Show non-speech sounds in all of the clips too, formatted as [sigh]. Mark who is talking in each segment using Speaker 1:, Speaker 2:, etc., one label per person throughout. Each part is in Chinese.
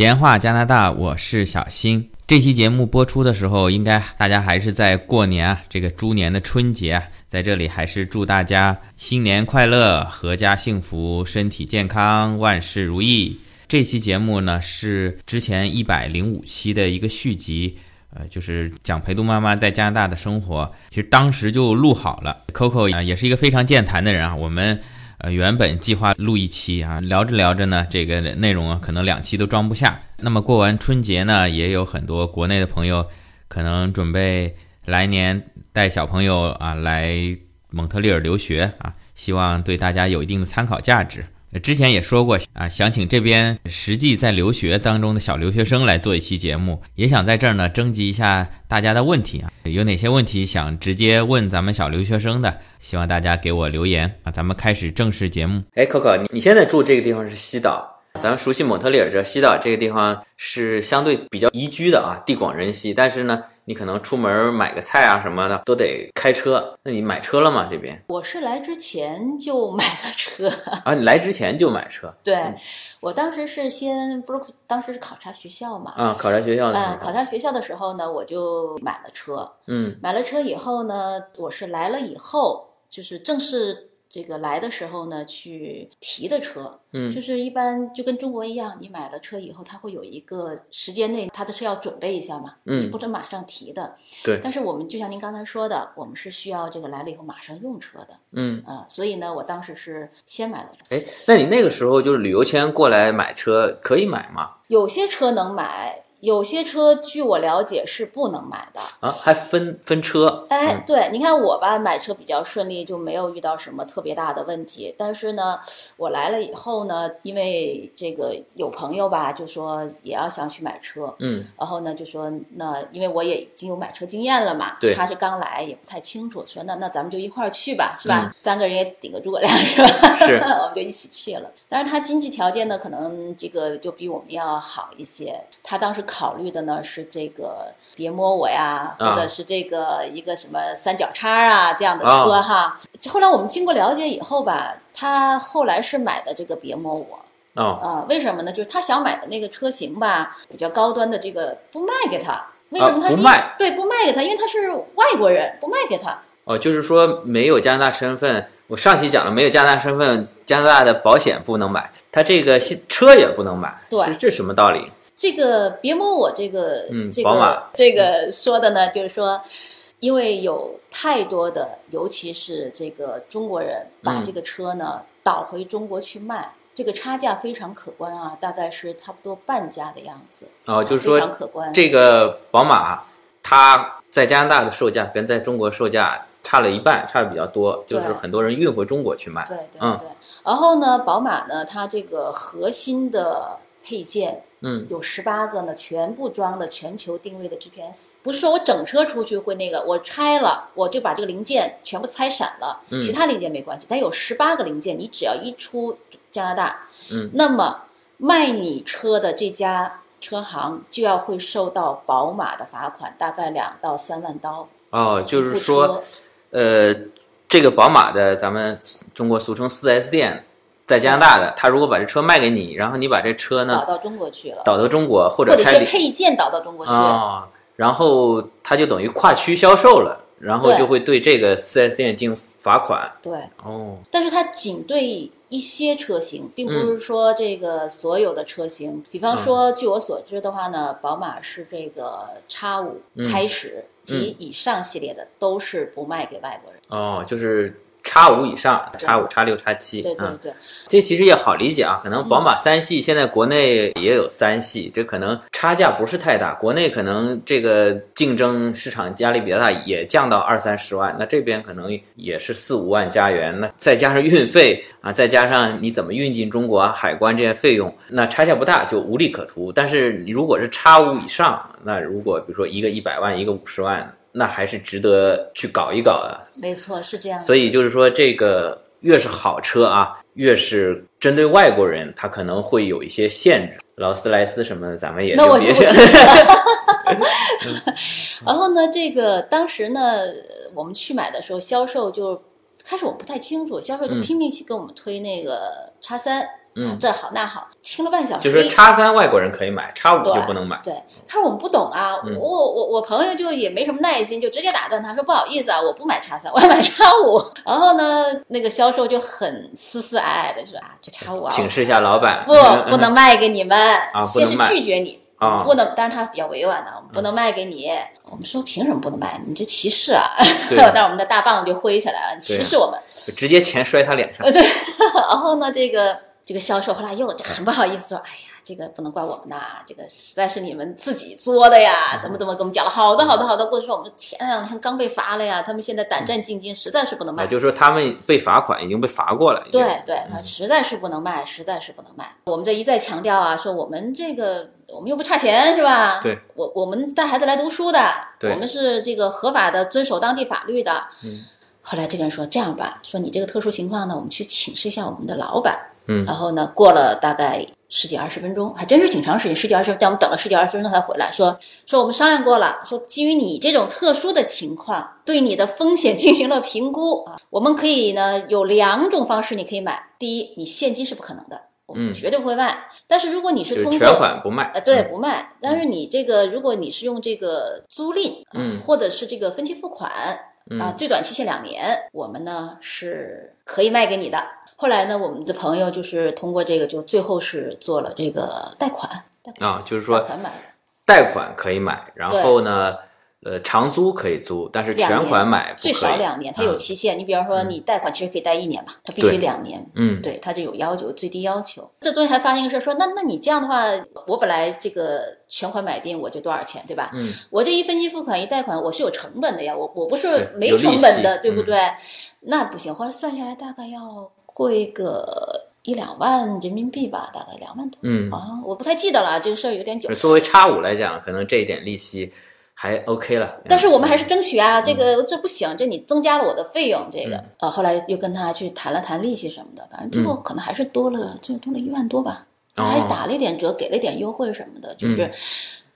Speaker 1: 闲话加拿大，我是小新。这期节目播出的时候，应该大家还是在过年啊，这个猪年的春节啊，在这里还是祝大家新年快乐，阖家幸福，身体健康，万事如意。这期节目呢是之前一百零五期的一个续集，呃，就是讲陪读妈妈在加拿大的生活。其实当时就录好了，Coco 啊也是一个非常健谈的人啊，我们。呃，原本计划录一期啊，聊着聊着呢，这个内容啊，可能两期都装不下。那么过完春节呢，也有很多国内的朋友可能准备来年带小朋友啊来蒙特利尔留学啊，希望对大家有一定的参考价值。呃之前也说过啊，想请这边实际在留学当中的小留学生来做一期节目，也想在这儿呢征集一下大家的问题啊，有哪些问题想直接问咱们小留学生的，希望大家给我留言啊。咱们开始正式节目。哎，Coco，你你现在住这个地方是西岛，咱们熟悉蒙特利尔这西岛这个地方是相对比较宜居的啊，地广人稀，但是呢，你可能出门买个菜啊什么的都得开车。那你买车了吗？这边
Speaker 2: 我是来之前就买了车， [laughs]
Speaker 1: 啊，你来之前就买车
Speaker 2: 对我当时是先不是当时是考察学校嘛，
Speaker 1: 啊？考察学校的时候
Speaker 2: 嗯，考察学校的时候呢，我就买了车，
Speaker 1: 嗯
Speaker 2: 买了车以后呢，我是来了以后，就是正式这个来的时候呢，去提的车，
Speaker 1: 嗯
Speaker 2: 就是一般就跟中国一样，你买了车以后，它会有一个时间内，它的车要准备一下嘛，
Speaker 1: 嗯
Speaker 2: 你不能马上提的，
Speaker 1: 对
Speaker 2: 但是我们就像您刚才说的，我们是需要这个来了以后马上用车的，
Speaker 1: 嗯。
Speaker 2: 啊、所以呢，我当时是先买了车。
Speaker 1: 哎，那你那个时候就是旅游签过来买车可以买吗？
Speaker 2: 有些车能买，有些车据我了解是不能买的。
Speaker 1: 啊，还分分车？
Speaker 2: 哎，
Speaker 1: 嗯
Speaker 2: 对，你看我吧，买车比较顺利，就没有遇到什么特别大的问题。但是呢，我来了以后呢，因为这个有朋友吧，就说也要想去买车，
Speaker 1: 嗯
Speaker 2: 然后呢就说那因为我也已经有买车经验了嘛，
Speaker 1: 对
Speaker 2: 他是刚来也不太清楚，说那那咱们就一块儿去吧，是吧？
Speaker 1: 嗯
Speaker 2: 三个人也顶个诸葛亮是吧？
Speaker 1: 是
Speaker 2: [laughs] 我们就一起去了。但是他经济条件呢，可能这个就比我们要好一些。他当时考虑的呢是这个别摸我呀，
Speaker 1: 啊
Speaker 2: 或者是这个一个什么三角叉啊这样的车哈。后来我们经过了解以后吧，他后来是买的这个别摸我。
Speaker 1: 哦，
Speaker 2: 啊，为什么呢？就是他想买的那个车型吧，比较高端的这个不卖给他。为什么
Speaker 1: 啊
Speaker 2: 他是
Speaker 1: 不
Speaker 2: 因为、
Speaker 1: 卖
Speaker 2: 对，不卖给他，因为他是外国人，不卖给他。
Speaker 1: 哦，就是说没有加拿大身份，我上期讲了，没有加拿大身份，加拿大的保险不能买，他这个新车也不能买，
Speaker 2: 对
Speaker 1: 是这什么道理？
Speaker 2: 这个别摸我这个，
Speaker 1: 嗯
Speaker 2: 这
Speaker 1: 宝马
Speaker 2: 个这个说的呢，就是说，因为有太多的，尤其是这个中国人把
Speaker 1: 嗯
Speaker 2: 这个车呢、倒回中国去卖，这个差价非常可观啊，大概是差不多半价的样子，
Speaker 1: 哦，就是
Speaker 2: 非常
Speaker 1: 说
Speaker 2: 可观。
Speaker 1: 这个宝马它在加拿大的售价跟在中国售价差了一半，差的比较多，就是
Speaker 2: 对
Speaker 1: 很多人运回中国去卖。
Speaker 2: 对对对。
Speaker 1: 嗯
Speaker 2: 然后呢，宝马呢，它这个核心的配件
Speaker 1: 嗯
Speaker 2: 有十八个呢，全部装了全球定位的 GPS。不是说我整车出去会那个，我拆了，我就把这个零件全部拆散了，
Speaker 1: 嗯
Speaker 2: 其他零件没关系。但有十八个零件，你只要一出加拿大，
Speaker 1: 嗯
Speaker 2: 那么卖你车的这家。车行就要会受到宝马的罚款，大概两到三万刀。
Speaker 1: 哦，就
Speaker 2: 一
Speaker 1: 是
Speaker 2: 部
Speaker 1: 说
Speaker 2: 车
Speaker 1: 呃，这个宝马的咱们中国俗称 4S 店，在加拿大的，他如果把这车卖给你，然后你把这车
Speaker 2: 倒
Speaker 1: 呢
Speaker 2: 到中国去了，
Speaker 1: 导到中国或
Speaker 2: 或
Speaker 1: 者
Speaker 2: 者一
Speaker 1: 拆
Speaker 2: 些
Speaker 1: 离
Speaker 2: 配件倒到中国去，
Speaker 1: 啊、然后他就等于跨区销售了，然后
Speaker 2: 对
Speaker 1: 就会对这个 4S 店进行罚款。
Speaker 2: 对，
Speaker 1: 哦，
Speaker 2: 但是它仅对一些车型，并不是
Speaker 1: 嗯
Speaker 2: 说这个所有的车型。比方说，据我所知的话呢，宝马是这个 X 五
Speaker 1: 嗯
Speaker 2: 开始及以上系列的都是不卖给外国人。
Speaker 1: 哦，就是。叉五以上，叉五、叉六、叉七，
Speaker 2: 对对
Speaker 1: 嗯，
Speaker 2: 对，
Speaker 1: 这其实也好理解啊。可能宝马三系现在国内也有三系，这可能差价不是太大。国内可能这个竞争市场压力比较大，也降到二三十万。那这边可能也是四五万加元，那再加上运费啊，再加上你怎么运进中国、啊、海关这些费用，那差价不大，就无利可图。但是你如果是差五以上，那如果比如说一个一百万，一个五十万，那还是值得去搞一搞的。
Speaker 2: 没错，是这样的。
Speaker 1: 所以就是说，这个越是好车啊，越是针对外国人，它可能会有一些限制，劳斯莱斯什么的，咱们也
Speaker 2: 那我
Speaker 1: 别
Speaker 2: 就不行了。然后呢，这个当时呢，呃我们去买的时候，
Speaker 1: 嗯
Speaker 2: 销售就开始我不太清楚，销售就拼命去给我们推那个叉三、啊，这好那好，听了半小时，
Speaker 1: [laughs] 就是叉三外国人可以买，叉五
Speaker 2: 对
Speaker 1: 就不能买。
Speaker 2: 对，他说我们不懂啊，
Speaker 1: 嗯
Speaker 2: 我我我朋友就也没什么耐心，就直接打断他说不好意思啊，我不买叉三，我要买叉五。然后呢，那个销售就很丝丝爱爱的说啊，这叉五啊，
Speaker 1: 请示一下老板， [laughs]
Speaker 2: 不
Speaker 1: 嗯
Speaker 2: 不能卖给你们，
Speaker 1: 啊不
Speaker 2: 先
Speaker 1: 能
Speaker 2: 是
Speaker 1: 卖
Speaker 2: 拒绝你。
Speaker 1: 啊嗯
Speaker 2: 不能，当然他比较委婉的，我们不能卖给你。我们说凭什么不能卖？你这歧视啊！
Speaker 1: 对
Speaker 2: [laughs] 但是我们的大棒子就挥起来了，你歧视我们。
Speaker 1: 就直接钱摔他脸
Speaker 2: [laughs]
Speaker 1: 上。
Speaker 2: 然后呢，这个这个销售后来又很不好意思说：“哎呀，这个不能怪我们呐，这个实在是你们自己作的呀，
Speaker 1: 嗯
Speaker 2: 怎么怎么跟我们讲了好多好多好多，或者说我们前两天啊刚被罚了呀，他们现在胆战心惊，实在是不能
Speaker 1: 啊，
Speaker 2: 卖。”
Speaker 1: 嗯就是说嗯他们被罚款，已经被罚过了。已经
Speaker 2: 对对，他说实在是不能卖，实在是不能卖。我们这一再强调啊，说我们这个我们又不差钱是吧？
Speaker 1: 对，
Speaker 2: 我我们带孩子来读书的，
Speaker 1: 对
Speaker 2: 我们是这个合法的，遵守当地法律的。
Speaker 1: 嗯。
Speaker 2: 后来这个人说：“这样吧，说你这个特殊情况呢，我们去请示一下我们的老板。”
Speaker 1: 嗯
Speaker 2: 然后呢，过了大概十几二十分钟，还真是挺长时间，十几二十分钟，但我们等了十几二十分钟他才回来，说说我们商量过了，说基于你这种特殊的情况，对你的风险进行了评估啊，我们可以呢有两种方式你可以买，第一，你现金是不可能的，我
Speaker 1: 嗯
Speaker 2: 们绝对不会卖，但是如果你
Speaker 1: 就是是
Speaker 2: 通
Speaker 1: 全
Speaker 2: 过
Speaker 1: 款不卖。
Speaker 2: 呃，对，
Speaker 1: 嗯，
Speaker 2: 不卖。但是你这个，如果你是用这个租赁，啊
Speaker 1: 嗯
Speaker 2: 或者是这个分期付款啊
Speaker 1: 嗯，
Speaker 2: 最短期限两年，我们呢是可以卖给你的。后来呢，我们的朋友就是通过这个，就最后是做了这个贷款，贷款
Speaker 1: 啊，就是
Speaker 2: 贷
Speaker 1: 说
Speaker 2: 款买的，
Speaker 1: 贷款可以买，然后呢，呃，长租可以租，但是全款买不
Speaker 2: 最
Speaker 1: 可
Speaker 2: 少
Speaker 1: 以。
Speaker 2: 两年，它有
Speaker 1: 嗯
Speaker 2: 期限。你比方说，你贷款其实可以贷一年嘛，它必
Speaker 1: 对
Speaker 2: 须两年。
Speaker 1: 嗯，
Speaker 2: 对，他就有要求，最低要求。这中间还发生一个事儿，说那那你这样的话，我本来这个全款买定我就多少钱，对吧？
Speaker 1: 嗯，
Speaker 2: 我这一分期付款一贷款，我是有成本的呀，我我不是
Speaker 1: 对
Speaker 2: 没
Speaker 1: 有利
Speaker 2: 成本的，
Speaker 1: 息
Speaker 2: 对不
Speaker 1: 嗯
Speaker 2: 对？那不行，后来算下来大概要贵个一两万人民币吧，大概两万多、
Speaker 1: 嗯，
Speaker 2: 啊，我不太记得了啊，这个事儿有点久
Speaker 1: 就。作为叉五来讲，可能这一点利息还 OK 了。
Speaker 2: 但是我们还
Speaker 1: 是
Speaker 2: 是争取啊，这
Speaker 1: 嗯
Speaker 2: 个这不行，这你增加了我的费用，这个呃，后来又跟他去谈了谈利息什么的，反正最后可能还是多了，最后多了一万多
Speaker 1: 嗯哦
Speaker 2: 吧，
Speaker 1: 嗯
Speaker 2: 他还打了一点折，给了一点优惠什么的，就是。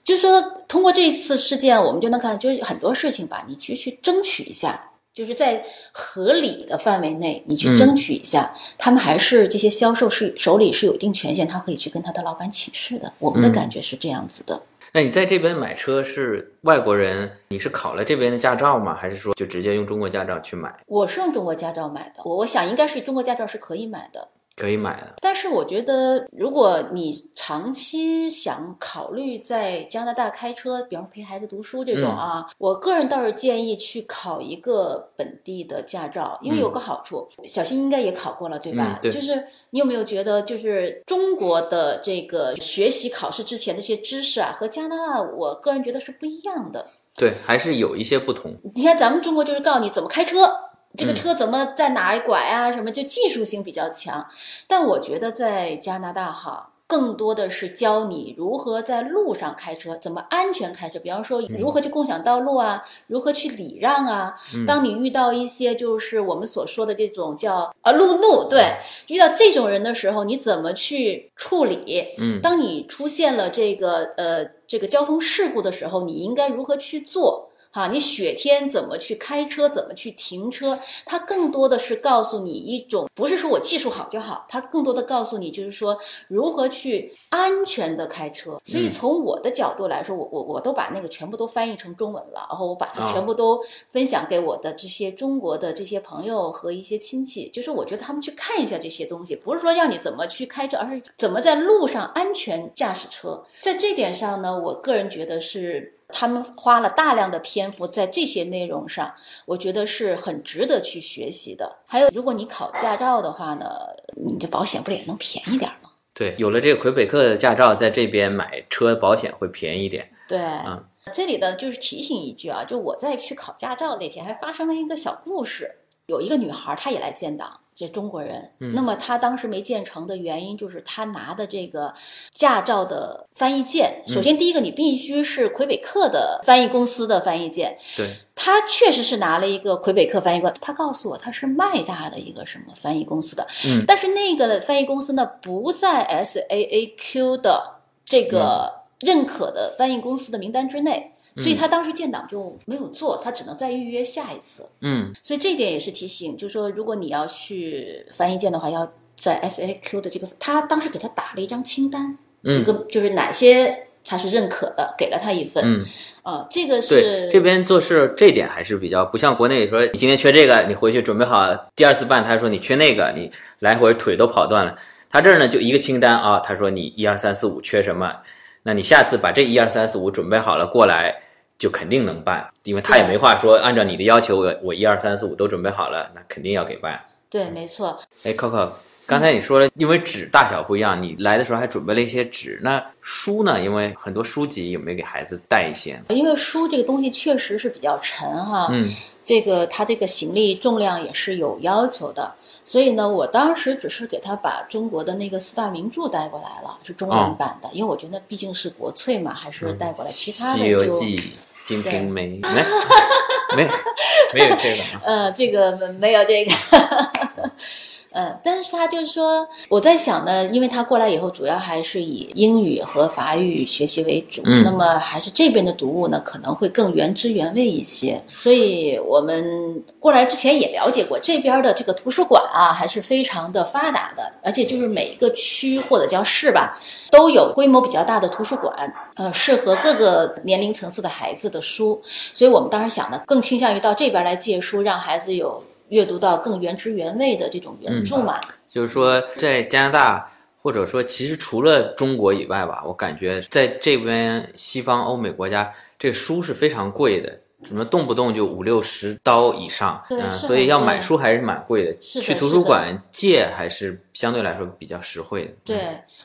Speaker 2: 就说通过这次事件，我们就能看，就是很多事情吧，你去去争取一下，就是在合理的范围内，你
Speaker 1: 嗯
Speaker 2: 去争取一下。他们还是这些销售是手里是有一定权限，他可以去跟他的老板请示的。我们的
Speaker 1: 嗯
Speaker 2: 感觉是这样子的。
Speaker 1: 那你在这边买车是外国人，你是考了这边的驾照吗？还是说就直接用中国驾照去买，
Speaker 2: 我是用中国驾照买的，我我想应该是中国驾照是可以买的。
Speaker 1: 可以买啊的？
Speaker 2: 但是我觉得，如果你长期想考虑在加拿大开车，比方陪孩子读
Speaker 1: 嗯
Speaker 2: 书这种啊，我个人倒是建议去考一个本地的驾照，因为有个好处，小新应该也考过了，对吧？
Speaker 1: 嗯对
Speaker 2: 就是你有没有觉得，就是中国的这个学习考试之前的这些知识啊，和加拿大，我个人觉得是不一样的。
Speaker 1: 对，还是有一些不同。
Speaker 2: 你看咱们中国就是告诉你怎么开车，这个
Speaker 1: 嗯
Speaker 2: 车怎么在哪儿拐啊，什么就技术性比较强。但我觉得在加拿大哈。更多的是教你如何在路上开车，怎么安全开车。比方说，如何去共享道路啊，如何去礼让啊。当你遇到一些就是我们所说的这种叫啊路怒，对，遇到这种人的时候，你怎么去处理？
Speaker 1: 嗯
Speaker 2: 当你出现了这个呃这个交通事故的时候，你应该如何去做？哈，你雪天怎么去开车，怎么去停车？它更多的是告诉你一种，不是说我技术好就好，它更多的告诉你就是说如何去安全的开车。所以
Speaker 1: 嗯
Speaker 2: 从我的角度来说，我我我都把那个全部都翻译成中文了，然后我把它
Speaker 1: 啊
Speaker 2: 全部都分享给我的这些中国的这些朋友和一些亲戚，就是我觉得他们去看一下这些东西，不是说让你怎么去开车，而是怎么在路上安全驾驶车。在这点上呢，我个人觉得是他们花了大量的篇幅在这些内容上，我觉得是很值得去学习的。还有，如果你考驾照的话呢，你的保险不是也能便宜点儿吗？
Speaker 1: 对，有了这个魁北克的驾照，在这边买车保险会便宜一点。
Speaker 2: 对，这里呢就是提醒一句啊，就我在去考驾照那天还发生了一个小故事，有一个女孩儿她也来建档。这中国人，那么她当时没建成的原因就是她拿的这个驾照的翻译件，首先第一个你必须是魁北克的翻译公司的翻译件，
Speaker 1: 对，
Speaker 2: 他确实是拿了一个魁北克翻译官，他告诉我他是麦大的一个什么翻译公司的，
Speaker 1: 嗯
Speaker 2: 但是那个翻译公司呢不在 SAAQ 的这
Speaker 1: 嗯
Speaker 2: 个认可的翻译公司的名单之内，所以他当时建档就没有做，他只能再预约下一次。
Speaker 1: 嗯
Speaker 2: 所以这一点也是提醒，就是说如果你要去翻译件的话，要在 SAQ 的这个，他当时给他打了一张清单，
Speaker 1: 嗯
Speaker 2: 一个就是哪些他是认可的，给了他一份。
Speaker 1: 嗯，
Speaker 2: 呃，这个
Speaker 1: 对
Speaker 2: 是，
Speaker 1: 这边做事这点还是比较不像国内说你今天缺这个，你回去准备好第二次办，他说你缺那个，你来回腿都跑断了。他这儿呢就一个清单啊，他说你一二三四五缺什么，那你下次把这一二三四五准备好了过来。就肯定能办，因为他也
Speaker 2: 对
Speaker 1: 没话说。按照你的要求，我我一二三四五都准备好了，那肯定要给办。
Speaker 2: 对，没错，
Speaker 1: 哎，Coco，刚才你说了，因为纸大小不一样，你来的时候还准备了一些纸。那书呢？因为很多书籍有没有给孩子带一些？
Speaker 2: 因为书这个东西确实是比较沉哈，
Speaker 1: 嗯
Speaker 2: 这个他这个行李重量也是有要求的，所以呢，我当时只是给他把中国的那个四大名著带过来了，是中
Speaker 1: 哦
Speaker 2: 文版的，因为我觉得毕竟是国粹嘛，还是带过来，其他的
Speaker 1: 嗯西
Speaker 2: 就
Speaker 1: 游记》《金瓶梅》没没没有这个啊。
Speaker 2: 呃，这个没没有这个， [laughs] 呃，但是他就是说，我在想呢，因为他过来以后，主要还是以英语和法语学习为主，
Speaker 1: 嗯
Speaker 2: 那么还是这边的读物呢，可能会更原汁原味一些。所以我们过来之前也了解过，这边的这个图书馆啊，还是非常的发达的，而且就是每一个区或者叫市吧，都有规模比较大的图书馆，呃，适合各个年龄层次的孩子的书。所以我们当时想呢，更倾向于到这边来借书，让孩子有阅读到更原汁原味的这种原著嘛。
Speaker 1: 就是说，在加拿大，或者说其实除了中国以外吧，我感觉在这边西方欧美国家，这书是非常贵的。什么动不动就五六十刀以上，
Speaker 2: 对
Speaker 1: 嗯，
Speaker 2: 是很
Speaker 1: 所以要买
Speaker 2: 贵
Speaker 1: 书还是蛮贵的。
Speaker 2: 是的
Speaker 1: 去图
Speaker 2: 是
Speaker 1: 书
Speaker 2: 的
Speaker 1: 馆借还是相对来说比较实惠的。
Speaker 2: 对，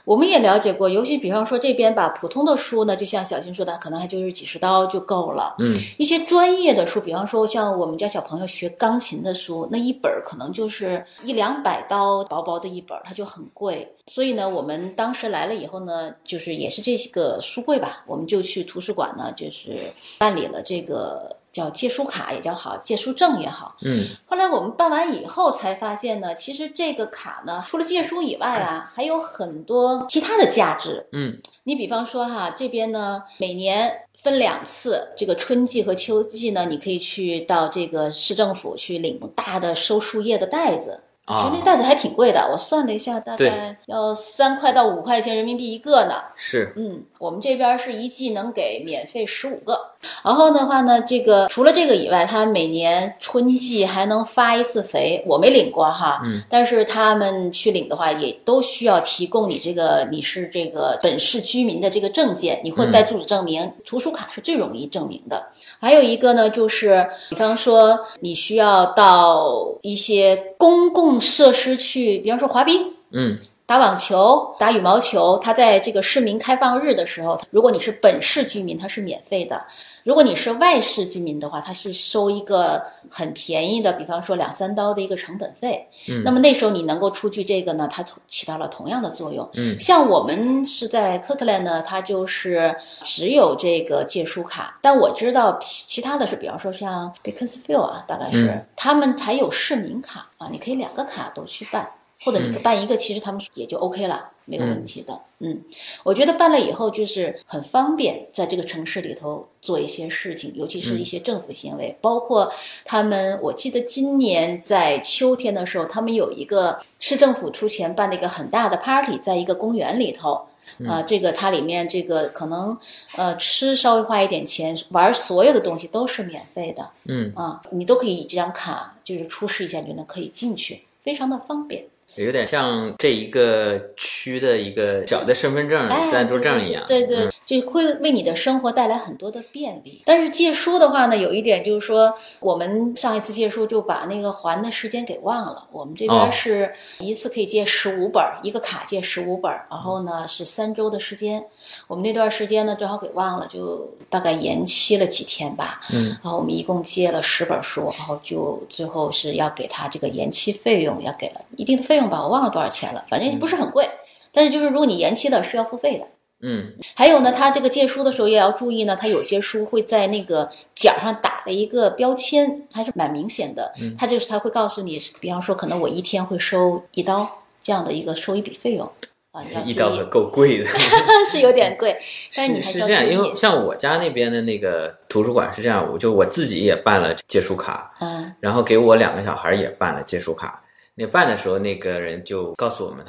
Speaker 2: 我们也了解过，尤其比方说这边吧，普通的书呢，就像小新说的，可能还就是几十刀就够了。
Speaker 1: 嗯，
Speaker 2: 一些专业的书，比方说像我们家小朋友学钢琴的书，那一本儿可能就是一两百刀，薄薄的一本儿，它就很贵。所以呢，我们当时来了以后呢，就是也是这个书柜吧，我们就去图书馆呢，就是办理了这个叫借书卡也叫好，借书证也好。
Speaker 1: 嗯，
Speaker 2: 后来我们办完以后才发现呢，其实这个卡呢，除了借书以外啊，还有很多其他的价值。
Speaker 1: 嗯，
Speaker 2: 你比方说哈，这边呢每年分两次，这个春季和秋季呢，你可以去到这个市政府去领大的收树叶的袋子。其
Speaker 1: 啊
Speaker 2: 实那袋子还挺贵的，我算了一下，大
Speaker 1: 对
Speaker 2: 概要三块到五块钱人民币一个呢。
Speaker 1: 啊是，
Speaker 2: 嗯，我们这边是一季能给免费十五个，然后的话呢，这个除了这个以外，他每年春季还能发一次肥，我没领过哈，
Speaker 1: 嗯，
Speaker 2: 但是他们去领的话，也都需要提供你这个你是这个本市居民的这个证件，你混带住址证明、图书卡是最容易证明的。还有一个呢，就是比方说你需要到一些公共设施去，比方说滑冰，
Speaker 1: 嗯
Speaker 2: 打网球、打羽毛球，它在这个市民开放日的时候，如果你是本市居民，它是免费的；如果你是外市居民的话，它是收一个很便宜的，比方说两三刀的一个成本费。
Speaker 1: 嗯
Speaker 2: 那么那时候你能够出具这个呢，它同起到了同样的作用。
Speaker 1: 嗯
Speaker 2: 像我们是在 c o c k l a n d 呢，它就是只有这个借书卡，但我知道其他的是，比方说像 Beaconsfield 啊，大概是、
Speaker 1: 嗯
Speaker 2: 他们还有市民卡啊，你可以两个卡都去办，或者你办一个，其实他们也就 OK 了，没有问题的。嗯我觉得办了以后就是很方便，在这个城市里头做一些事情，尤其是一些政府行为，包括他们，我记得今年在秋天的时候，他们有一个市政府出钱办了一个很大的 party，在一个公园里头。啊、这个它里面这个可能，呃，吃稍微花一点钱，玩所有的东西都是免费的
Speaker 1: 嗯，
Speaker 2: 啊、你都可以以这张卡就是出示一下，你就能可以进去，非常的方便。
Speaker 1: 有点像这一个区的一个小的身份证、
Speaker 2: 哎，
Speaker 1: 暂住证一样。
Speaker 2: 对对对对，就会为你的生活带来很多的便利。但是借书的话呢，有一点就是说，我们上一次借书就把那个还的时间给忘了。我们这
Speaker 1: 哦
Speaker 2: 边是一次可以借十五本儿，一个卡借十五本儿，然后呢是三周的时间。我们那段时间呢正好给忘了，就大概延期了几天吧。
Speaker 1: 嗯，
Speaker 2: 然后我们一共借了十本书，然后就最后是要给他这个延期费用，要给了一定的费用吧，我忘了多少钱了，反正也不是很贵。但是就是如果你延期了是要付费的。
Speaker 1: 嗯
Speaker 2: 还有呢，他这个借书的时候也要注意呢，他有些书会在那个角上打了一个标签，还是蛮明显的。
Speaker 1: 嗯
Speaker 2: 他就是他会告诉你，比方说可能我一天会收一刀这样的一个收一笔费用啊，你要
Speaker 1: 一刀
Speaker 2: 注意
Speaker 1: 可够贵的，嗯
Speaker 2: 是有点贵， [laughs] 但是你
Speaker 1: 是
Speaker 2: 还
Speaker 1: 是
Speaker 2: 要
Speaker 1: 这样，因
Speaker 2: 注
Speaker 1: 为
Speaker 2: 意。
Speaker 1: 像我家那边的那个图书馆是这样，我就我自己也办了借书卡，
Speaker 2: 嗯，
Speaker 1: 然后给我两个小孩也办了借书卡。那办的时候，那个人就告诉我们，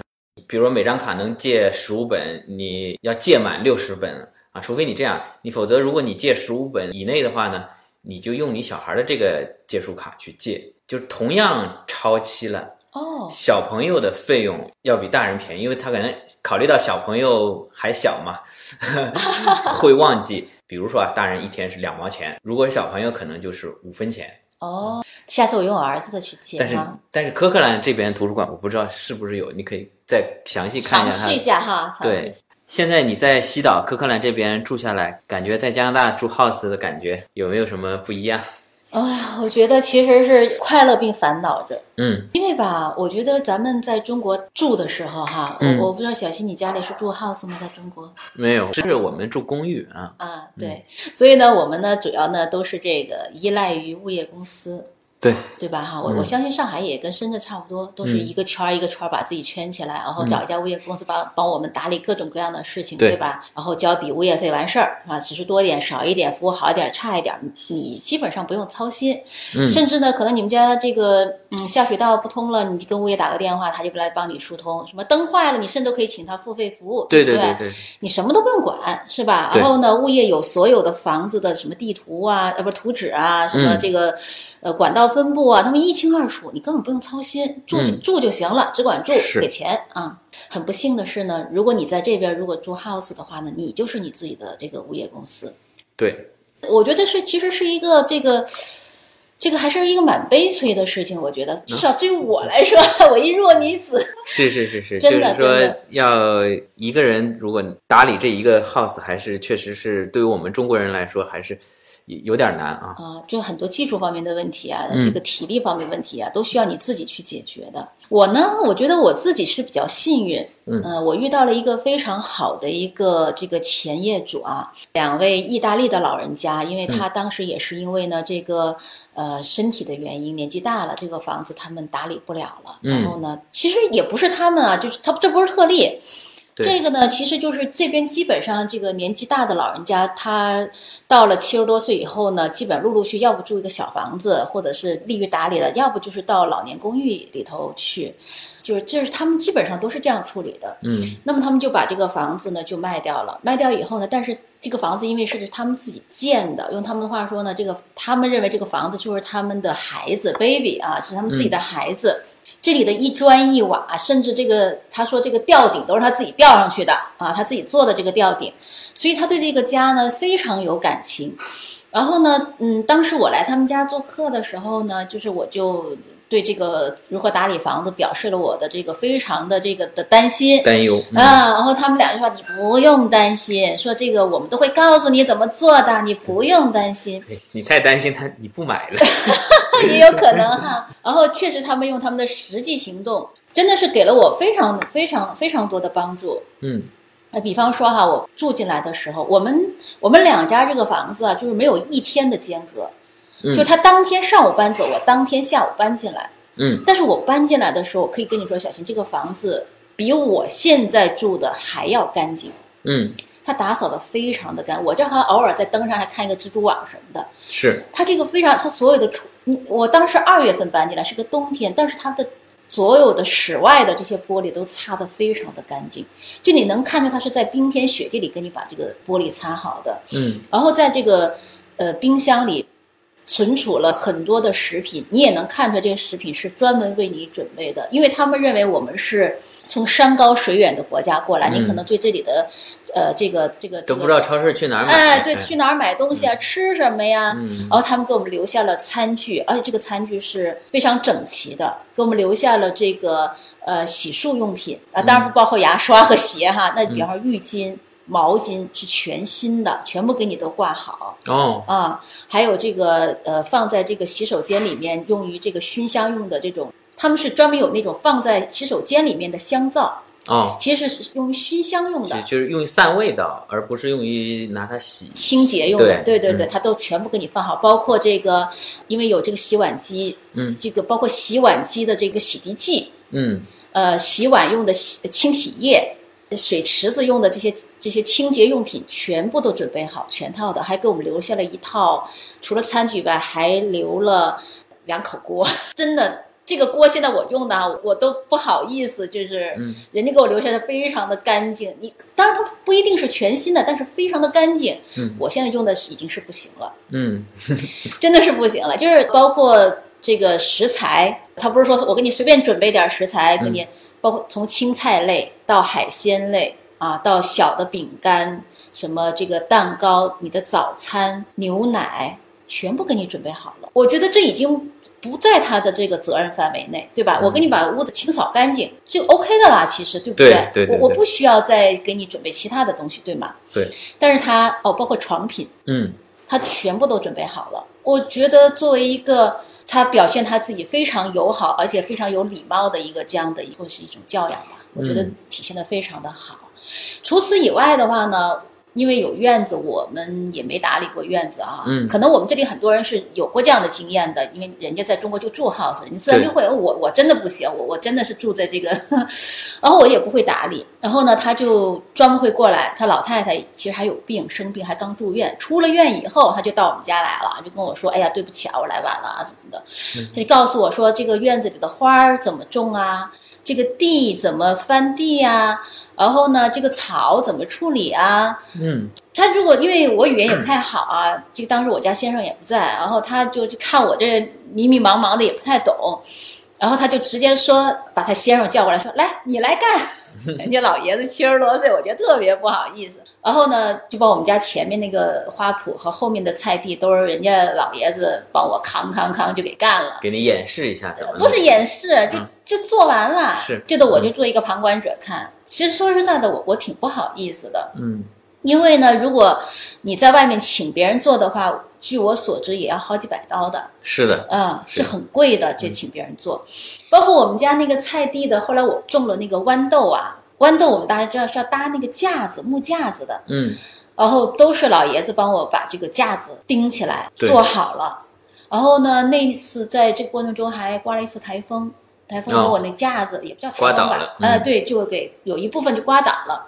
Speaker 1: 比如每张卡能借十五本，你要借满六十本啊，除非你这样，你否则如果你借十五本以内的话呢，你就用你小孩的这个借书卡去借，就是同样超期了。
Speaker 2: 哦，
Speaker 1: 小朋友的费用要比大人便宜，因为他可能考虑到小朋友还小嘛， [laughs] 会忘记。比如说啊，大人一天是两毛钱，如果是小朋友可能就是五分钱。
Speaker 2: 哦，下次我用我儿子的去借
Speaker 1: 但是
Speaker 2: 哈，
Speaker 1: 但是科克兰这边图书馆我不知道是不是有，你可以再详细看
Speaker 2: 尝
Speaker 1: 一下
Speaker 2: 试一
Speaker 1: 它。
Speaker 2: 下哈，尝试一
Speaker 1: 对
Speaker 2: 下。，
Speaker 1: 现在你在西岛科克兰这边住下来，感觉在加拿大住 house 的感觉有没有什么不一样？
Speaker 2: 哎呀，我觉得其实是快乐并烦恼着，
Speaker 1: 嗯
Speaker 2: 因为吧，我觉得咱们在中国住的时候哈，
Speaker 1: 嗯
Speaker 2: 我我不知道小新你家里是住 house 吗？在中国
Speaker 1: 没有，是我们住公寓啊。
Speaker 2: 啊，对，所以呢，我们呢主要呢都是这个依赖于物业公司，
Speaker 1: 对，
Speaker 2: 对吧？哈，
Speaker 1: 嗯
Speaker 2: 我我相信上海也跟深圳差不多，都是一个圈儿一个圈儿把自己圈起来，然后找一家物业公司帮帮我们打理各种各样的事
Speaker 1: 嗯
Speaker 2: 情，
Speaker 1: 对
Speaker 2: 对吧？然后交一笔物业费完事儿啊，只是多一点少一点，服务好一点差一点，你基本上不用操心。
Speaker 1: 嗯
Speaker 2: 甚至呢，可能你们家这个嗯下水道不通了，你跟物业打个电话，他就来帮你疏通。什么灯坏了，你甚至都可以请他付费服务，
Speaker 1: 对
Speaker 2: 对
Speaker 1: 对
Speaker 2: 不
Speaker 1: 对对，
Speaker 2: 你什么都不用管，是吧？
Speaker 1: 对
Speaker 2: 然后呢，物业有所有的房子的什么地图啊，呃，不是图纸啊，什么
Speaker 1: 嗯
Speaker 2: 这个、呃管道分布啊，他们一清二楚，你根本不用操心，住、
Speaker 1: 嗯
Speaker 2: 住就行了，只管住，
Speaker 1: 是
Speaker 2: 给钱啊、很不幸的是呢，如果你在这边如果住 house 的话呢，你就是你自己的这个物业公司。
Speaker 1: 对，
Speaker 2: 我觉得这是其实是一个这个。这个还是一个蛮悲催的事情，我觉得，至少对于我来说， [laughs] 我一弱女子，
Speaker 1: 是是是是，就
Speaker 2: 真的
Speaker 1: 是说
Speaker 2: 真的
Speaker 1: 要一个人如果打理这一个 house，还是确实是对于我们中国人来说还是有有点难啊。
Speaker 2: 啊，就很多技术方面的问题啊，
Speaker 1: 嗯
Speaker 2: 这个体力方面问题啊，都需要你自己去解决的。我呢，我觉得我自己是比较幸运，
Speaker 1: 嗯
Speaker 2: 呃，我遇到了一个非常好的一个这个前业主啊，两位意大利的老人家，因为
Speaker 1: 嗯
Speaker 2: 他当时也是因为呢这个呃身体的原因，年纪大了，这个房子他们打理不了了，
Speaker 1: 嗯
Speaker 2: 然后呢，其实也不是他们啊，就是他这不是特例，
Speaker 1: 对
Speaker 2: 这个呢，其实就是这边基本上这个年纪大的老人家，他到了七十多岁以后呢，基本陆陆续要不住一个小房子，或者是利于打理的，要不就是到老年公寓里头去，就是这是他们基本上都是这样处理的。
Speaker 1: 嗯
Speaker 2: 那么他们就把这个房子呢就卖掉了，卖掉以后呢，但是这个房子因为是他们自己建的，用他们的话说呢，这个他们认为这个房子就是他们的孩子 baby 啊，是他们自己的孩子。这里的一砖一瓦，甚至这个他说这个吊顶都是他自己吊上去的啊，他自己做的这个吊顶，所以他对这个家呢非常有感情。然后呢，嗯，当时我来他们家做客的时候呢，就是我就对这个如何打理房子表示了我的这个非常的这个的担心，
Speaker 1: 担忧。嗯
Speaker 2: 啊，然后他们俩就说：“你不用担心，说这个我们都会告诉你怎么做的，你不用
Speaker 1: [laughs]
Speaker 2: 担心，
Speaker 1: 对哎你太担心他，你不买了。
Speaker 2: 也有可能哈。”然后确实，他们用他们的实际行动，真的是给了我非常非常非常多的帮助。
Speaker 1: 嗯
Speaker 2: 那比方说哈，我住进来的时候，我们我们两家这个房子啊，就是没有一天的间隔，
Speaker 1: 嗯
Speaker 2: 就他当天上午搬走，我当天下午搬进来。
Speaker 1: 嗯，
Speaker 2: 但是我搬进来的时候，我可以跟你说，小新，这个房子比我现在住的还要干净。
Speaker 1: 嗯，
Speaker 2: 他打扫的非常的干，我这还偶尔在灯上还看一个蜘蛛网什么的。
Speaker 1: 是
Speaker 2: 他这个非常，他所有的厨，嗯我当时二月份搬进来是个冬天，但是他的所有的室外的这些玻璃都擦得非常的干净，就你能看出他是在冰天雪地里给你把这个玻璃擦好的。
Speaker 1: 嗯
Speaker 2: 然后在这个呃冰箱里存储了很多的食品，你也能看出这些食品是专门为你准备的，因为他们认为我们是从山高水远的国家过来，
Speaker 1: 嗯
Speaker 2: 你可能对这里的呃这个这个
Speaker 1: 都不知道。超市去哪儿
Speaker 2: 这
Speaker 1: 买。
Speaker 2: 个哎，对，去哪儿买东西啊？吃什么呀？
Speaker 1: 嗯
Speaker 2: 然后他们给我们留下了餐具，而且这个餐具是非常整齐的，给我们留下了这个呃洗漱用品啊，当然不包括牙刷和鞋哈。那 [laughs] 比方说浴巾、毛巾是全新的，全部给你都挂好
Speaker 1: 哦，
Speaker 2: 啊。还有这个呃放在这个洗手间里面用于这个熏香用的这种，他们是专门有那种放在洗手间里面的香皂，
Speaker 1: 哦，
Speaker 2: 其实是用于熏香用
Speaker 1: 就。
Speaker 2: 的
Speaker 1: 就是用于散味道，而不是用于拿它洗。
Speaker 2: 清洁用的，
Speaker 1: 对
Speaker 2: 对对对，
Speaker 1: 嗯
Speaker 2: 它都全部给你放好，包括这个，因为有这个洗碗机，
Speaker 1: 嗯，
Speaker 2: 这个包括洗碗机的这个洗涤剂，
Speaker 1: 嗯
Speaker 2: 呃，洗碗用的洗清洗液，水池子用的这些这些清洁用品全部都准备好，全套的，还给我们留下了一套，除了餐具以外，还留了两口锅，真的 [laughs] 这个锅现在我用的啊，我都不好意思，就是人家给我留下的非常的干净。你当然它不一定是全新的，但是非常的干净。
Speaker 1: 嗯
Speaker 2: 我现在用的是已经是不行了，
Speaker 1: 嗯
Speaker 2: 真的是不行了。就是包括这个食材，它不是说我给你随便准备点食材，
Speaker 1: 嗯
Speaker 2: 给你包括从青菜类到海鲜类啊，到小的饼干，什么这个蛋糕，你的早餐、牛奶，全部给你准备好了。我觉得这已经不在他的这个责任范围内，
Speaker 1: 嗯
Speaker 2: 对吧？我给你把屋子清扫干净就 OK 的啦，其实对不
Speaker 1: 对对对
Speaker 2: 我我
Speaker 1: 对
Speaker 2: 不需要再给你准备其他的东西，对吗？
Speaker 1: 对。
Speaker 2: 但是他哦，包括床品。
Speaker 1: 嗯
Speaker 2: 他全部都准备好了。我觉得作为一个他表现他自己非常友好，而且非常有礼貌的一个这样的一个是一种教养吧，我觉得体现的非常的好。除此以外的话呢，因为有院子，我们也没打理过院子啊。
Speaker 1: 嗯
Speaker 2: 可能我们这里很多人是有过这样的经验的，因为人家在中国就住 house，人家自然就会。哦我我真的不行，我我真的是住在这个， [laughs] 然后我也不会打理。然后呢，他就专门会过来。他老太太其实还有病，生病还刚住院。出了院以后，他就到我们家来了，就跟我说：“哎呀，对不起啊，我来晚了啊什么的。”他就告诉我说：“这个院子里的花儿怎么种啊？这个地怎么翻地呀、然后呢，这个草怎么处理啊？
Speaker 1: 嗯
Speaker 2: 他如果因为我语言也不太好
Speaker 1: [clears throat]
Speaker 2: 啊，这个当时我家先生也不在，然后他就就看我这迷迷茫茫的也不太懂，然后他就直接说把他先生叫过来说来你来
Speaker 1: [laughs]
Speaker 2: 干，人家老爷子七十多岁，我觉得特别不好意思。然后呢，就把我们家前面那个花圃和后面的菜地都是人家老爷子帮我扛扛扛就给干了。
Speaker 1: 给你演示一下怎么弄
Speaker 2: 不是演示，就、
Speaker 1: 嗯
Speaker 2: 就做完了。
Speaker 1: 是嗯
Speaker 2: 这个我就做一个旁观者看。其实说实在的，我我挺不好意思的，
Speaker 1: 嗯
Speaker 2: 因为呢，如果你在外面请别人做的话，据我所知也要好几百刀的，
Speaker 1: 是的
Speaker 2: 嗯，
Speaker 1: 是
Speaker 2: 是很贵的。这请别人做，包括我们家那个菜地的，后来我种了那个豌豆啊。豌豆我们大家知道是要搭那个架子，木架子的，
Speaker 1: 嗯
Speaker 2: 然后都是老爷子帮我把这个架子钉起来，
Speaker 1: 对
Speaker 2: 做好了。然后呢，那一次在这过程中还刮了一次台风，台风把
Speaker 1: 哦
Speaker 2: 我那架子、也不叫台
Speaker 1: 刮
Speaker 2: 风
Speaker 1: 倒
Speaker 2: 吧
Speaker 1: 了，
Speaker 2: 呃，
Speaker 1: 嗯
Speaker 2: 对，就给有一部分就刮倒了。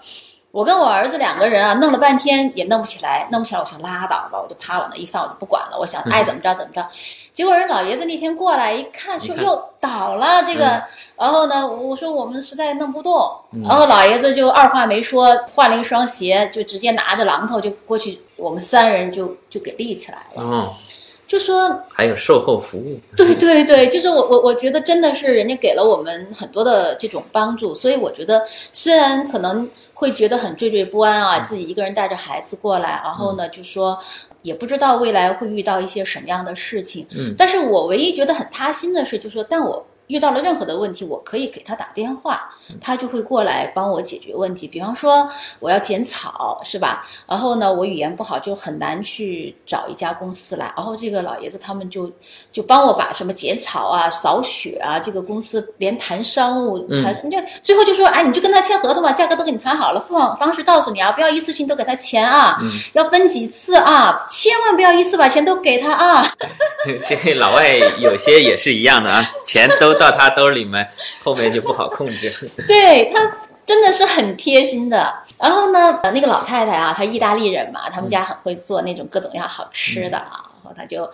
Speaker 2: 我跟我儿子两个人啊，弄了半天也弄不起来，弄不起来，我想拉倒吧，我就趴往那一放，我就不管了，我想爱怎么着怎么着。结果人老爷子那天过来一看，说
Speaker 1: 一看嗯
Speaker 2: 哟倒了这个，然后呢，我说我们实在弄不动，然后老爷子就二话没说换了一双鞋，就直接拿着榔头就过去，我们三人就就给立起来了，
Speaker 1: 哦
Speaker 2: 就说
Speaker 1: 还有售后服务 [laughs]
Speaker 2: 对对对，就是我我我觉得真的是人家给了我们很多的这种帮助，所以我觉得虽然可能会觉得很惴惴不安
Speaker 1: 嗯
Speaker 2: 啊，自己一个人带着孩子过来，然后呢就说也不知道未来会遇到一些什么样的事情，
Speaker 1: 嗯
Speaker 2: 但是我唯一觉得很踏心的是，就是说，但我遇到了任何的问题，我可以给他打电话，
Speaker 1: 嗯
Speaker 2: 他就会过来帮我解决问题。比方说，我要剪草，是吧？然后呢，我语言不好，就很难去找一家公司来。然后这个老爷子他们就就帮我把什么剪草啊、扫雪啊，这个公司连谈商务
Speaker 1: 嗯
Speaker 2: 谈，这、最后就说，哎，你就跟他签合同吧，价格都给你谈好了，付款方式告诉你啊，不要一次性都给他钱啊，
Speaker 1: 嗯
Speaker 2: 要分几次啊，千万不要一次把钱都给他啊。
Speaker 1: 这老外有些也是一样的啊，钱都到他兜里面，后面就不好控制。
Speaker 2: [laughs] 对他真的是很贴心的。然后呢，呃那个老太太啊，她意大利人嘛，他们家很会做那种各种各样好吃的啊。然后她就，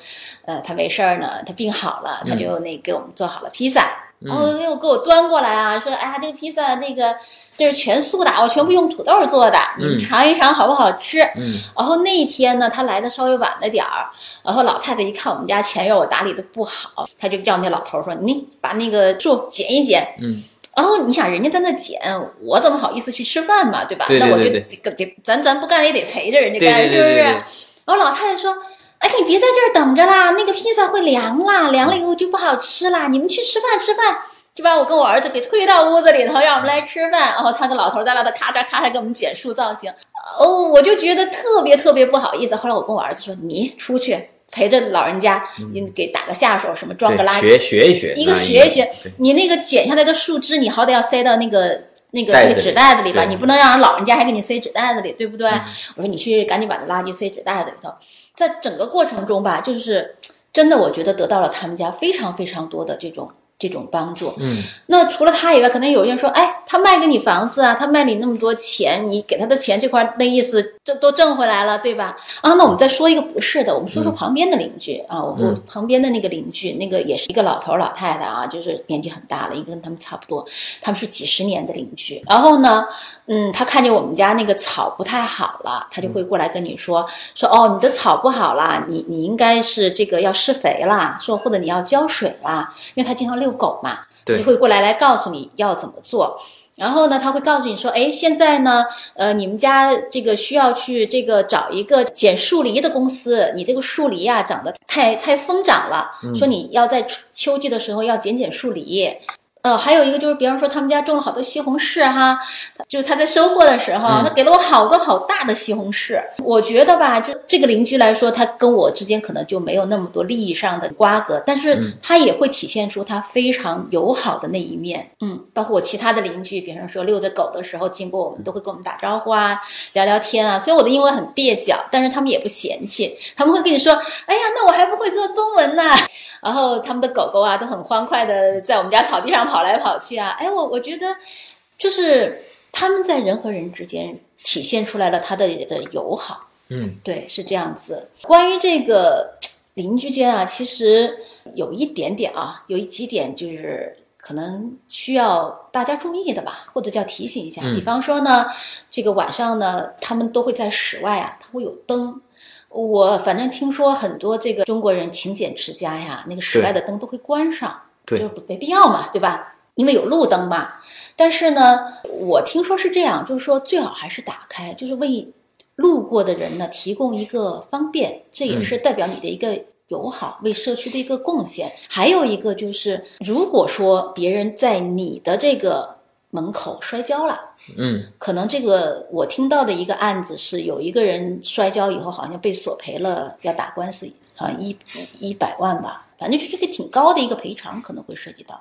Speaker 2: 呃，她没事儿呢，她病好了，她就那给我们做好了披萨，
Speaker 1: 嗯
Speaker 2: 然后又给我端过来啊，说，哎呀，这个披萨那个这是全素的啊，我全部用土豆做的，你
Speaker 1: 嗯
Speaker 2: 们尝一尝好不好吃？
Speaker 1: 嗯
Speaker 2: 然后那一天呢，他来的稍微晚了点儿，然后老太太一看我们家前院我打理的不好，她就叫那老头儿说：“你把那个树剪一剪。”
Speaker 1: 嗯。
Speaker 2: 然后你想，人家在那剪，我怎么好意思去吃饭嘛，对吧？
Speaker 1: 对对对对
Speaker 2: 那我就这咱咱不干也得陪着人家
Speaker 1: 对
Speaker 2: 干，
Speaker 1: 对对
Speaker 2: 是不是？
Speaker 1: 对对，
Speaker 2: 然后老太太说：“哎，你别在这儿等着啦，那个披萨会凉啦，凉了以后就不好吃啦，你们去吃饭吃饭。”就把我跟我儿子给推到屋子里头，让我们来吃饭。然后他跟老头在外头咔嚓咔嚓给我们剪树造型，哦，我就觉得特别特别不好意思。后来我跟我儿子说：“你出去陪着老人家，你给打个下手，什么装个垃圾
Speaker 1: 学学一学，
Speaker 2: 一个
Speaker 1: 啊
Speaker 2: 学一学
Speaker 1: 对，
Speaker 2: 你那个剪下来的树枝，你好歹要塞到那个那个
Speaker 1: 袋
Speaker 2: 这
Speaker 1: 子
Speaker 2: 个
Speaker 1: 里
Speaker 2: 纸袋子里吧，
Speaker 1: 对嗯
Speaker 2: 你不能让人老人家还给你塞纸袋子里，对不对？我说你去赶紧把垃圾塞纸袋子里头。在整个过程中吧，就是真的，我觉得得到了他们家非常非常多的这种这种帮助。
Speaker 1: 嗯，
Speaker 2: 那除了他以外，可能有些人说，哎，他卖给你房子啊，他卖你那么多钱，你给他的钱这块，那意思这都挣回来了，对吧？啊，那我们再说一个不是的，我们说说旁边的邻居、啊，我我旁边的那个邻居，那个也是一个老头儿老太太啊，就是年纪很大了，应该跟他们差不多，他们是几十年的邻居。然后呢，嗯，他看见我们家那个草不太好了，他就会过来跟你说、说，哦，你的草不好啦，你你应该是这个要施肥啦，说或者你要浇水啦，因为他经常遛狗嘛，
Speaker 1: 对
Speaker 2: 就会过来来告诉你要怎么做。然后呢，他会告诉你说，哎，现在呢，呃，你们家这个需要去这个找一个剪树梨的公司，你这个树梨啊长得太太疯长了，说你要在春秋季的时候要剪剪树梨。呃，还有一个就是，比方说他们家种了好多西红柿哈，就是他在收获的时候，
Speaker 1: 嗯
Speaker 2: 他给了我好多好大的西红柿。我觉得吧，就这个邻居来说，他跟我之间可能就没有那么多利益上的瓜葛，但是他也会体现出他非常友好的那一面。嗯，包括我其他的邻居，比方说遛着狗的时候经过我们，都会跟我们打招呼啊，聊聊天啊。虽然我的英文很蹩脚，但是他们也不嫌弃，他们会跟你说：“哎呀，那我还不会做中文呢。” [laughs] 然后他们的狗狗啊，都很欢快的在我们家草地上跑来跑去啊。哎，我我觉得就是他们在人和人之间体现出来了他的的友好，
Speaker 1: 嗯，
Speaker 2: 对，是这样子。关于这个邻居间啊，其实有一点点啊，有一几点就是可能需要大家注意的吧，或者叫提醒一下。
Speaker 1: 嗯
Speaker 2: 比方说呢，这个晚上呢，他们都会在室外啊，它会有灯。我反正听说很多这个中国人勤俭持家呀，那个室外的灯都会关上，
Speaker 1: 对
Speaker 2: 就没必要嘛，对吧？因为有路灯嘛。但是呢，我听说是这样，就是说最好还是打开，就是为路过的人呢提供一个方便，这也是代表你的一个友好，为社区的一个贡献。还有一个就是，如果说别人在你的这个门口摔跤了。
Speaker 1: 嗯
Speaker 2: 可能这个我听到的一个案子是，有一个人摔跤以后好像被索赔了，要打官司，好像一一百万吧，反正就是一个挺高的一个赔偿，可能会涉及到。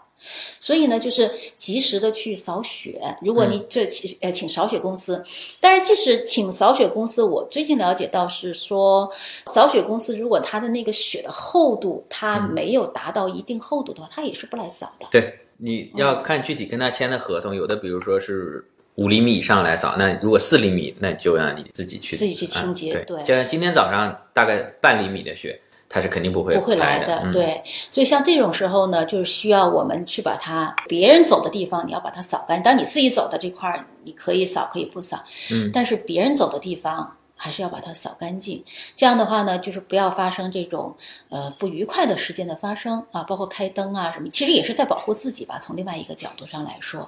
Speaker 2: 所以呢，就是及时的去扫雪。如果你这请呃请扫雪公司，但是即使请扫雪公司，我最近了解到是说，扫雪公司如果它的那个雪的厚度它没有达到一定厚度的话，它也是不来扫的。
Speaker 1: 对，你要看具体跟他签的合同，有的比如说是五厘米以上来扫，那如果四厘米，那就让你自己去
Speaker 2: 自己去清洁
Speaker 1: 啊对，
Speaker 2: 对
Speaker 1: 像今天早上大概半厘米的雪，它是肯定不会
Speaker 2: 不会
Speaker 1: 来
Speaker 2: 来
Speaker 1: 嗯、。
Speaker 2: 对。所以像这种时候呢，就是需要我们去把它别人走的地方，你要把它扫干净。当你自己走的这块儿，你可以扫，可以不扫。
Speaker 1: 嗯
Speaker 2: 但是别人走的地方。还是要把它扫干净，这样的话呢，就是不要发生这种呃不愉快的事件的发生啊，包括开灯啊什么，其实也是在保护自己吧。从另外一个角度上来说，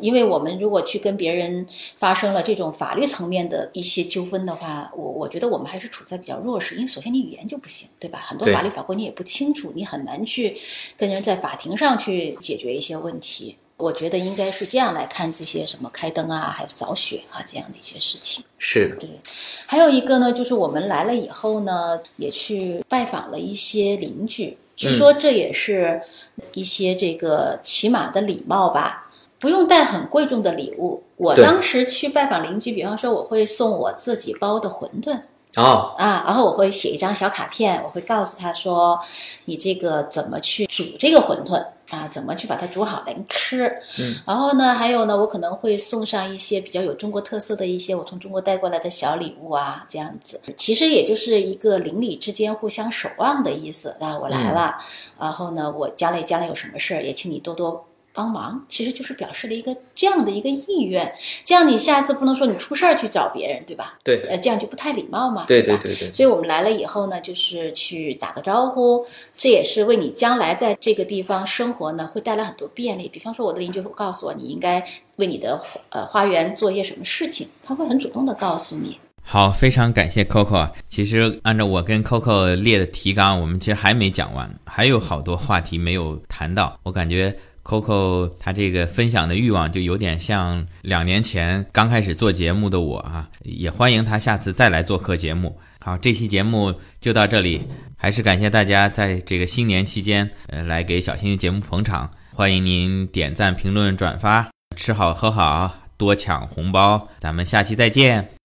Speaker 2: 因为我们如果去跟别人发生了这种法律层面的一些纠纷的话，我我觉得我们还是处在比较弱势，因为首先你语言就不行，对吧？很多
Speaker 1: 对
Speaker 2: 法律法规你也不清楚，你很难去跟人在法庭上去解决一些问题。我觉得应该是这样来看这些什么开灯啊，还有扫雪啊这样的一些事情。
Speaker 1: 是，
Speaker 2: 对，还有一个呢，就是我们来了以后呢，也去拜访了一些邻居，据说这也是一些这个起码的礼貌吧，不用带很贵重的礼物。我
Speaker 1: 对
Speaker 2: 当时去拜访邻居，比方说我会送我自己包的馄饨
Speaker 1: 哦，
Speaker 2: 啊，然后我会写一张小卡片，我会告诉他说，你这个怎么去煮这个馄饨。啊，怎么去把它煮好能吃？
Speaker 1: 嗯，
Speaker 2: 然后呢，还有呢，我可能会送上一些比较有中国特色的一些我从中国带过来的小礼物啊，这样子，其实也就是一个邻里之间互相守望的意思。啊，我来了，然后呢，我家里将来有什么事儿，也请你多多帮忙，其实就是表示了一个这样的一个意愿。这样你下次不能说你出事儿去找别人，对吧？
Speaker 1: 对
Speaker 2: 呃，这样就不太礼貌嘛，
Speaker 1: 对
Speaker 2: 吧
Speaker 1: 对对对，
Speaker 2: 所以我们来了以后呢，就是去打个招呼，这也是为你将来在这个地方生活呢，会带来很多便利。比方说，我的邻居会告诉我，你应该为你的呃花园做一些什么事情，他会很主动的告诉你。
Speaker 3: 好，非常感谢 Coco 啊。其实按照我跟 Coco 列的提纲，我们其实还没讲完，还有好多话题没有谈到。我感觉 Coco 他这个分享的欲望就有点像两年前刚开始做节目的我啊，也欢迎他下次再来做客节目。好，这期节目就到这里，还是感谢大家在这个新年期间，呃，来给小新的节目捧场。欢迎您点赞、评论、转发，吃好喝好，多抢红包。咱们下期再见。